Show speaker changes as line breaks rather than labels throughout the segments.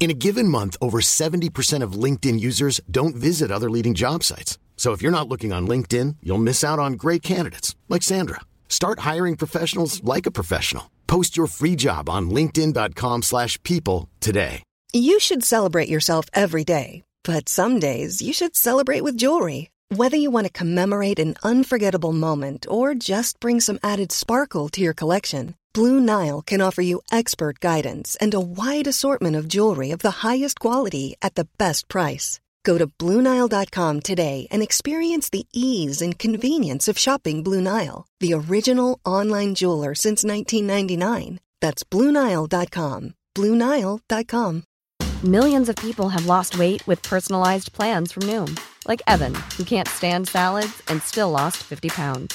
In a given month, over 70% of LinkedIn users don't visit other leading job sites. So if you're not looking on LinkedIn, you'll miss out on great candidates like Sandra. Start hiring professionals like a professional. Post your free job on linkedin.com/people slash people today.
You should celebrate yourself every day, but some days you should celebrate with jewelry. Whether you want to commemorate an unforgettable moment or just bring some added sparkle to your collection, Blue Nile can offer you expert guidance and a wide assortment of jewelry of the highest quality at the best price. Go to BlueNile.com today and experience the ease and convenience of shopping Blue Nile, the original online jeweler since 1999. That's BlueNile.com. BlueNile.com.
Millions of people have lost weight with personalized plans from Noom, like Evan, who can't stand salads and still lost 50 pounds.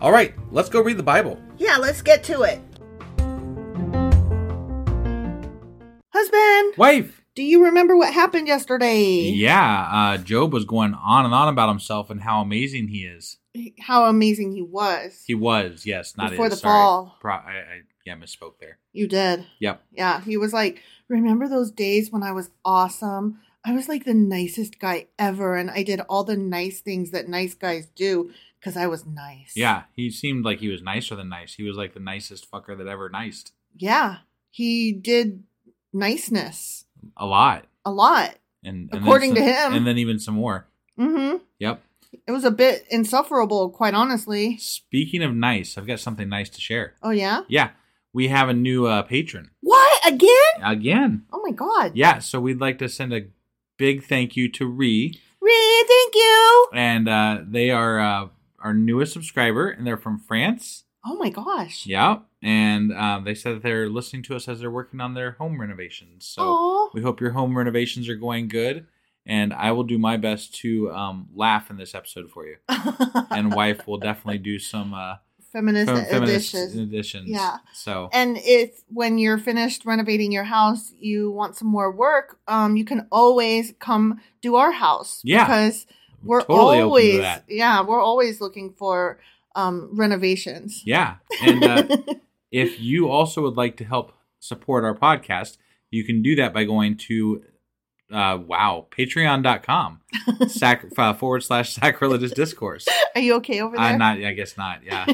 All right, let's go read the Bible.
Yeah, let's get to it. Husband,
Wife!
do you remember what happened yesterday?
Yeah, uh, Job was going on and on about himself and how amazing he is.
How amazing he was.
He was, yes, not
Before
is,
the
sorry.
fall.
Pro- I, I, yeah, misspoke there.
you did.
Yep.
Yeah, he was like, remember those days when I was awesome? I was like the nicest guy ever, and I did all the nice things that nice guys do because I was nice.
Yeah, he seemed like he was nicer than nice. He was like the nicest fucker that ever niced.
Yeah. He did niceness
A lot.
a lot.
And, and then
According to
some-
him.
And then even some more.
Mm hmm.
Yep.
It was a bit insufferable, quite honestly.
Speaking of nice, I've got something nice to share.
Oh, yeah?
Yeah, we have a new uh, patron
What? Again?
again.
Oh, my God.
Yeah, so we'd like to send a big thank you to Ree.
Really? Thank you.
and uh, they are uh, our newest subscriber, and they're from France.
Oh, my gosh.
Yeah, and um, they said that they're listening to us as they're working on their home renovations. So
Aw.
we hope your home renovations are going good, and I will do my best to um, laugh in this episode for you. and wife will definitely do some uh,
Feminist,
fem- feminist
edition.
editions.
Yeah.
So
And if when you're finished renovating your house, you want some more work, um, you can always come do our house.
Yeah.
because we're
Totally open to
always
that.
yeah, we're always looking for um, renovations.
yeah, and uh, if you also would like to help support our podcast, you can do that by going to uh, wow, patreon.com sac- uh, forward slash sacrilegious discourse.
Are you okay over there?
I'm not. I guess not. Yeah.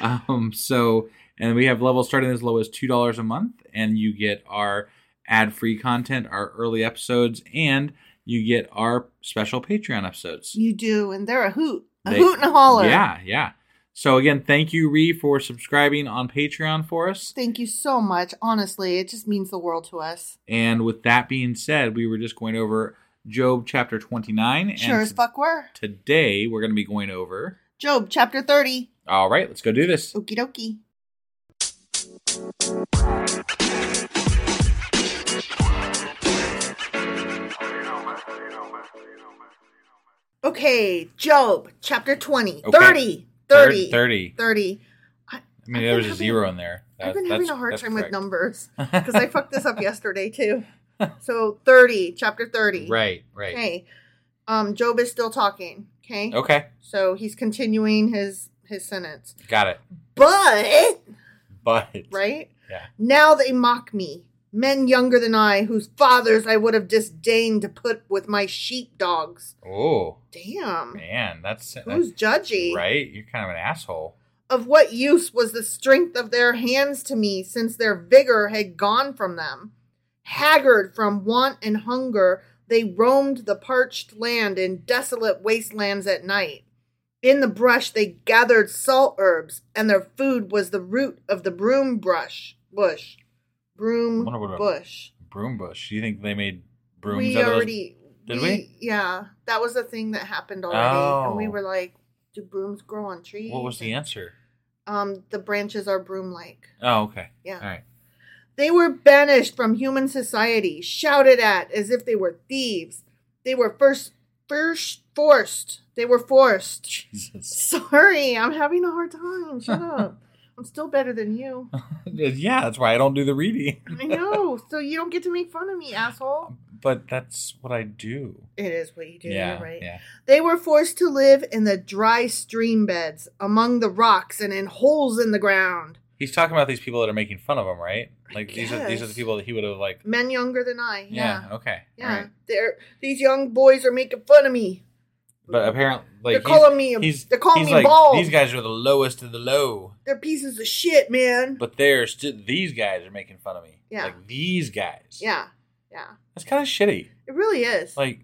um. So, and we have levels starting as low as two dollars a month, and you get our ad-free content, our early episodes, and you get our special Patreon episodes.
You do, and they're a hoot, a
They-
hoot and a holler.
Yeah, yeah. So again, thank you, Ree, for subscribing on Patreon for us.
Thank you so much. Honestly, it just means the world to us.
And with that being said, we were just going over Job chapter 29.
Sure
and
as fuck were.
Today, we're going to be going over.
Job chapter 30.
All right, let's go do this.
Okie dokie. Okay, Job chapter 20.
Okay.
30. 30.
30.
30. I,
I mean, there
I've been
was a
having-
zero in there.
I've
That-
been
that's-
having a hard
that's
time with
correct.
numbers because I fucked this up yesterday too. So 30, chapter 30.
Right, right.
Okay. Um, Job is still talking. Okay.
Okay,
So he's continuing his his sentence.
got it.
But
But,
right?
Yeah.
Now they mock me, men younger than I, whose fathers I would have disdained to put with my sheepdogs.
Oh,
Damn.
man, that's.
Who's judgy?
Right? You're kind of an asshole.
Of what use was the strength of their hands to me, since their vigor had gone from them? Haggard from want and hunger, they roamed the parched land and desolate wastelands at night. In the brush they gathered salt herbs, and their food was the root of the broom brush bush. Broom
Wonder what a-
bush.
Broom bush. Do you think they made brooms
We
out of those?
already
Did
Yeah, that was the thing that happened already, and we
Oh.
were like, "Do brooms grow on trees?"
What was the
And-
answer?
um, the branches are broom like.
Oh, okay.
Yeah.
All right.
They were banished from human society, shouted at as if they were thieves. They were first, first forced. They were forced.
Jesus.
Sorry, I'm having a hard time. Shut up. I'm still better than you.
yeah, that's why I don't do the reading.
I know. So you don't get to make fun of me, asshole.
But that's what I do.
It is what you do,
yeah,
you're right?
yeah.
They were forced to live in the dry stream beds, among the rocks, and in holes in the ground.
He's talking about these people that are making fun of him, right? Like these are these are the
guess.
people that he would have like.
Men younger than I.
Yeah.
Yeah.
okay.
Yeah,
all right.
they're these young boys are making fun of me.
But apparently, like
They're
he's-
calling me a-
He's,
they're calling
he's
me
like,
bald.
These guys are the lowest of the low.
They're pieces of shit, man.
But they're still these guys are making fun of me.
Yeah.
Like these guys.
yeah, yeah,
That's kind of shitty.
it really is. Like,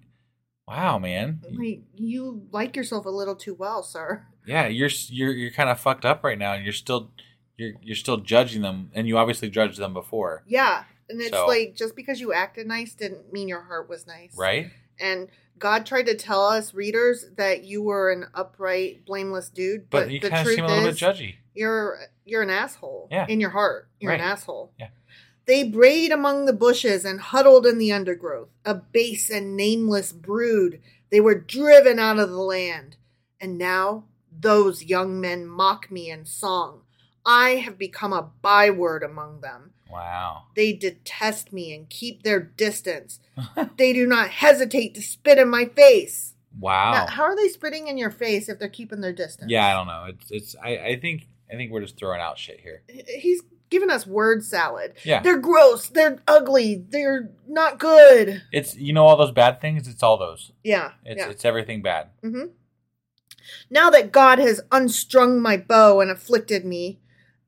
Like, wow, man.
Oh you like yourself a little too well, sir.
Yeah, you're s- you're you're kind of fucked up right now, and you're still you're you're still judging them, and you obviously judged them before,
Yeah, and it's
So-
like just because you acted nice didn't mean your heart was nice,
right?
And God tried to tell us readers that you were an upright, blameless dude,
But,
but,
you
the
kind of
truth
seem a little
is,
bit judgy.
you're you're an asshole
Yeah.
in your heart you're an
Right.
asshole
Yeah.
they brayed among the bushes and huddled in the undergrowth a base and nameless brood they were driven out of the land and now those young men mock me in song i have become a byword among them
Wow.
they detest me and keep their distance they do not hesitate to spit in my face
Wow.
now, how are they spitting in your face if they're keeping their distance
Yeah, I don't know. It's it's I, I think I think we're just throwing out shit here.
he's giving us word salad.
Yeah.
They're gross. They're ugly. They're not good.
It's you know all those bad things, it's all those.
Yeah.
It's
yeah.
it's everything bad.
hmm Now that God has unstrung my bow and afflicted me,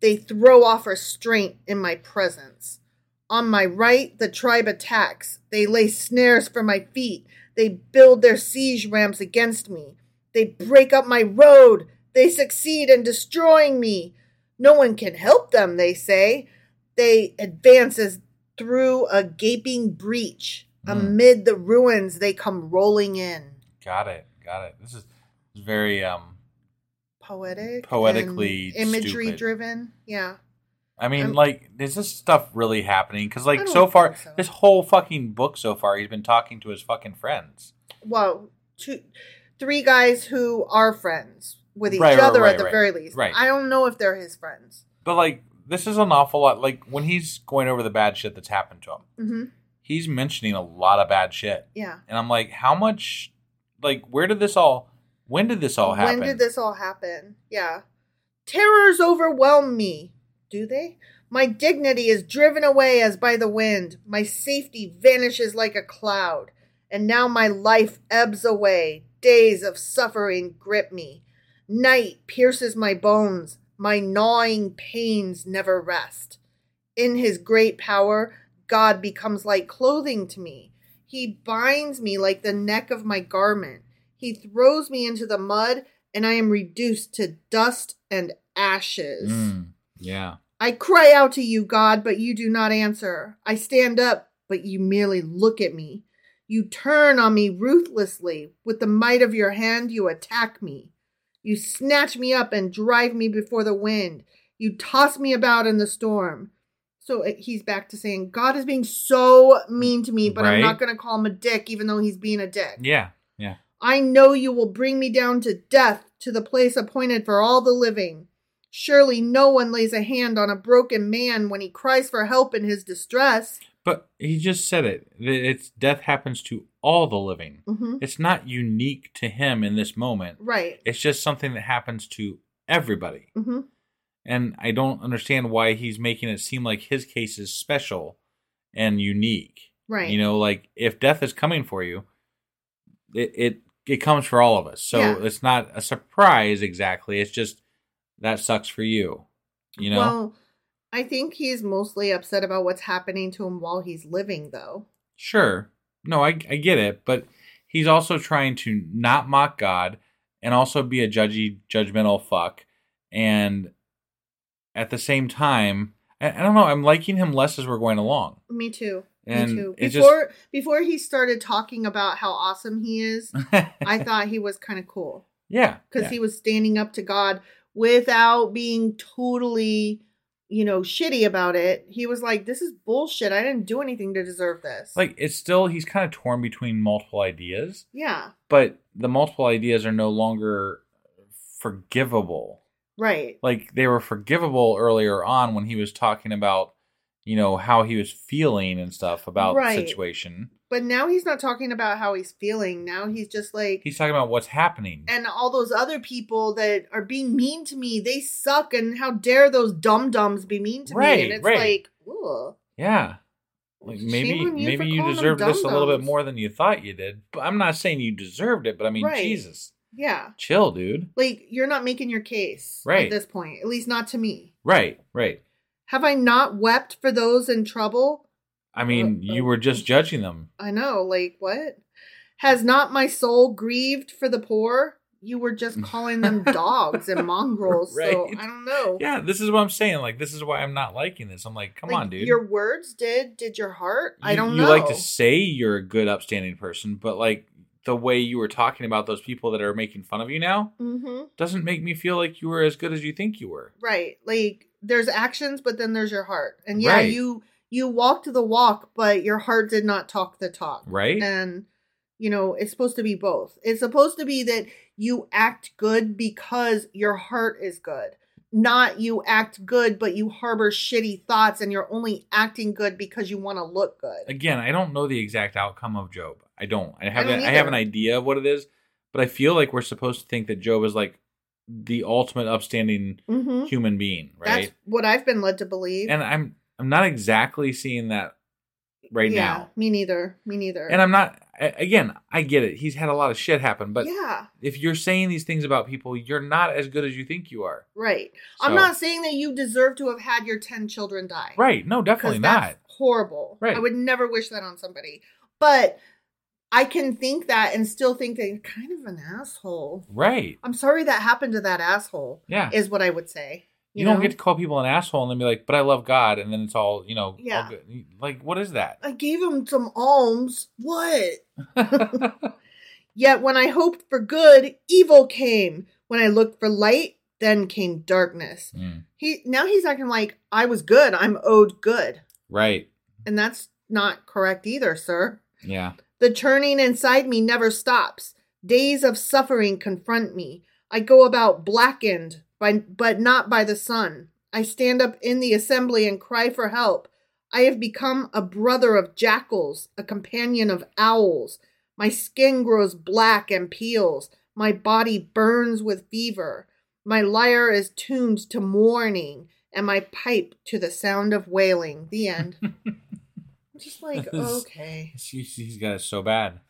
they throw off restraint in my presence. On my right, the tribe attacks. They lay snares for my feet. They build their siege ramps against me. They break up my road. They succeed in destroying me. No one can help them, they say. They advance as through a gaping breach. Amid the ruins, they come rolling in.
Got it. Got it. This is it's very um
poetic
Poetically
and imagery
stupid.
driven yeah
I mean
I'm-
like is this stuff really happening cuz
I
like
don't
so far
think so.
this whole fucking book so far he's been talking to his fucking friends.
well two three guys who are friends with each
Right, right,
other
right,
at the
right.
very least
Right.
i don't know if they're his friends
But like this is an awful lot like when he's going over the bad shit that's happened to him.
hmm
He's mentioning a lot of bad shit.
yeah
And I'm like how much like where did this all when did this all happen?
when did this all happen yeah terrors overwhelm me Do they? My dignity is driven away as by the wind. My safety vanishes like a cloud. And now my life ebbs away. Days of suffering grip me. Night pierces my bones. My gnawing pains never rest. In his great power, God becomes like clothing to me. He binds me like the neck of my garment. He throws me into the mud, and I am reduced to dust and ashes.
Mm, yeah.
I cry out to you, God, but you do not answer. I stand up, but you merely look at me. You turn on me ruthlessly. With the might of your hand, you attack me. You snatch me up and drive me before the wind. You toss me about in the storm. So uh, he's back to saying, God is being so mean to me, but I'm
Right.
not going to call him a dick, even though he's being a dick.
Yeah. Yeah.
I know you will bring me down to death, to the place appointed for all the living. Surely no one lays a hand on a broken man when he cries for help in his distress.
But he just said it. that It's death happens to all the living.
Mhm.
It's not unique to him in this moment.
Right.
It's just something that happens to everybody.
hmm
And I don't understand why he's making it seem like his case is special and unique.
Right.
You know, like if death is coming for you, it it, it comes for all of us. So
Yeah.
it's not a surprise exactly. It's just that sucks for you. You know?
Well, I think he's mostly upset about what's happening to him while he's living, though.
Sure. No, I, I get it, but he's also trying to not mock God and also be a judgy, judgmental fuck. And at the same time, I, I don't know. I'm liking him less as we're going along.
Me too.
And
Me too.
it just-
Before before he started talking about how awesome he is, I thought he was kind of cool.
yeah,
because
yeah.
he was standing up to God without being totally, you know, shitty about it. He was like, "This is bullshit. I didn't do anything to deserve this."
like it's still he's kind of torn between multiple ideas,
yeah,
but the multiple ideas are no longer forgivable.
right,
like they were forgivable earlier on when he was talking about you know how he was feeling and stuff about
Right.
the situation
but now he's not talking about how he's feeling. Now he's just like,
he's talking about what's happening
and all those other people that are being mean to me, they suck, and how dare those dum dums be mean to me?
Right,
And it's
right.
like, ooh,
yeah like maybe
Shame on you for
maybe you
calling them
deserved this a little bit
dum-dums.
more than you thought you did but i'm not saying you deserved it but i mean
Right.
jesus
yeah,
chill dude
like you're not making your case
Right.
at this point, at least not to me.
right right
Have I not wept for those in trouble?
i mean
Uh, uh.
you were just judging them
I know, like what? Has not my soul grieved for the poor? You were just calling them dogs and mongrels, so
Right.
I don't know.
yeah this is what i'm saying like this is why i'm not liking this i'm like come
Like,
on dude
Your words did. Did your heart? I
you-
don't
you
know.
like to say you're a good, upstanding person, but like the way you were talking about those people that are making fun of you now
hmm
doesn't make me feel like you were as good as you think you were.
Right. Like there's actions, but then there's your heart. And yeah,
Right.
you you walked the walk, but your heart did not talk the talk.
Right.
And you know, it's supposed to be both. It's supposed to be that you act good because your heart is good. Not you act good, but you harbor shitty thoughts and you're only acting good because you want to look good.
Again, I don't know the exact outcome of Job. I don't. I have.
don't
a, I have an
either.
idea of what it is, but I feel like we're supposed to think that Job is like the ultimate upstanding
Mm-hmm.
human being,
That's
right?
what I've been led to believe.
And I'm. I'm not exactly seeing that right
yeah,
now.
Me neither. Me neither.
And I'm not. a- Again, I get it. He's had a lot of shit happen, but
yeah.
if you're saying these things about people, you're not as good as you think you are.
Right. I'm
So-
not saying that you deserve to have had your 10 children die.
Right. No, definitely
'Cause
not.
that's horrible.
Right.
I would never wish that on somebody. But I can think that and still think that you're kind of an asshole.
Right.
I'm sorry that happened to that asshole.
Yeah.
Is what I would say.
You, don't
know?
get to call people an asshole and then be like, but I love God. And then it's all, you know, all
Yeah.
good. like, what is that?
I gave him some alms. What? Yet when I hoped for good, evil came. When I looked for light, then came darkness.
Mm.
He now he's acting like I was good. I'm owed good.
Right.
And that's not correct either, sir.
Yeah.
The churning inside me never stops. Days of suffering confront me. I go about blackened, by, but not by the sun. I stand up in the assembly and cry for help. I have become a brother of jackals, a companion of owls. My skin grows black and peels. My body burns with fever. My lyre is tuned to mourning, and my pipe to the sound of wailing. The end. Just like, okay.
He's, he's got it so bad.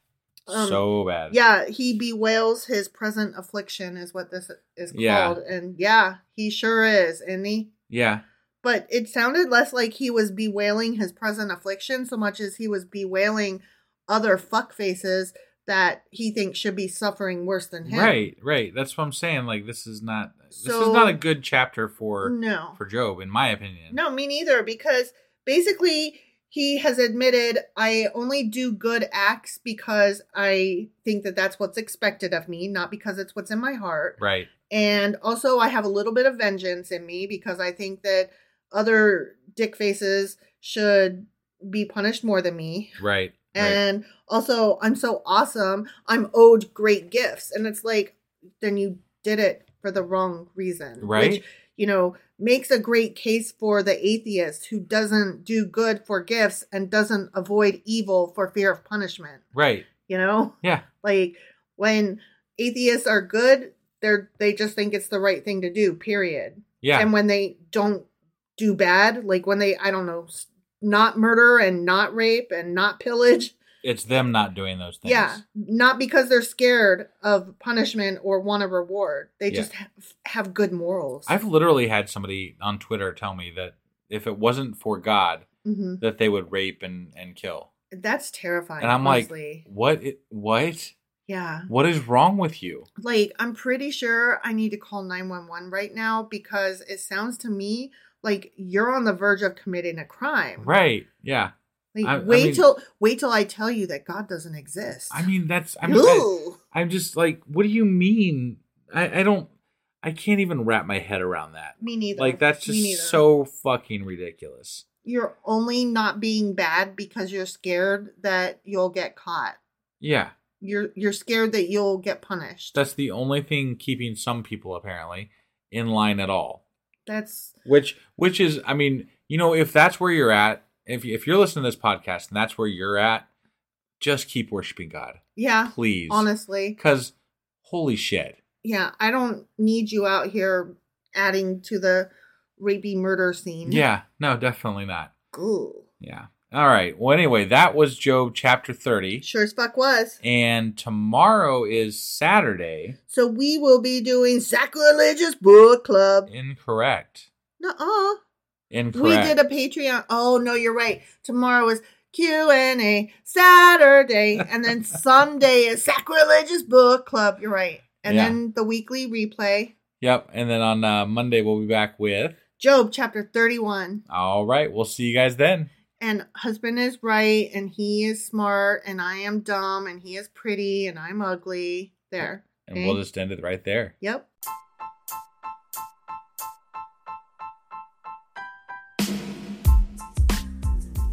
Um,
so bad.
Yeah, he bewails his present affliction, is what this is called.
Yeah.
And yeah, he sure is, isn't he?
Yeah.
But it sounded less like he was bewailing his present affliction so much as he was bewailing other fuckfaces that he thinks should be suffering worse than him.
Right, right. That's what I'm saying. Like this is not this
So-
is not a good chapter for
No.
for Job, in my opinion.
No, me neither, because basically he has admitted I only do good acts because I think that that's what's expected of me, not because it's what's in my heart.
Right.
And also, I have a little bit of vengeance in me because I think that other dick faces should be punished more than me.
Right. right.
And also, I'm so awesome. I'm owed great gifts. And it's like, then you did it for the wrong reason.
Right.
Which, you know, makes a great case for the atheist who doesn't do good for gifts and doesn't avoid evil for fear of punishment.
Right.
You know?
Yeah.
Like when atheists are good, they're they just think it's the right thing to do, period.
Yeah.
And when they don't do bad, like when they I don't know, s- not murder and not rape and not pillage,
it's them not doing those things.
yeah, not because they're scared of punishment or want a reward. They
Yeah.
just ha- have good morals.
I've literally had somebody on Twitter tell me that if it wasn't for God,
Mhm.
that they would rape and, and kill.
That's terrifying.
And I'm
honestly.
like, what? i- What?
yeah.
What is wrong with you?
Like, I'm pretty sure I need to call 911 right now because it sounds to me like you're on the verge of committing a crime.
Right? Yeah.
Like,
I- I
wait
mean-
till wait till I tell you that God doesn't exist.
I mean, that's. I mean, I,
Ooh.
I'm just like, what do you mean? I, I don't. I can't even wrap my head around that.
me neither.
Like that's
Me neither.
just so fucking ridiculous.
You're only not being bad because you're scared that you'll get caught.
Yeah,
You're you're scared that you'll get punished.
that's the only thing keeping some people apparently in line at all.
That's
Which, which is, I mean, you know, if that's where you're at, if if you're listening to this podcast and that's where you're at, just keep worshiping God,
yeah.
please,
Honestly,
because holy shit,
yeah. I don't need you out here adding to the rapey murder scene.
yeah, no, definitely not,
Ooh.
yeah. All right. Well, anyway, that was Job chapter thirty.
Sure as fuck was.
And tomorrow is Saturday.
So we will be doing sacrilegious book club.
Incorrect.
Nuh-uh. We
Incorrect.
did a Patreon. Oh no, you're right. Tomorrow is Q and A Saturday, and then Sunday is sacrilegious book club. You're right. And
Yeah.
then the weekly replay,
Yep. And then on uh, Monday, we'll be back with.
Job chapter 31.
All right. We'll see you guys then.
and husband is right and he is smart and I am dumb and he is pretty and I'm ugly. There.
And
Okay?
we'll just end it right there.
Yep.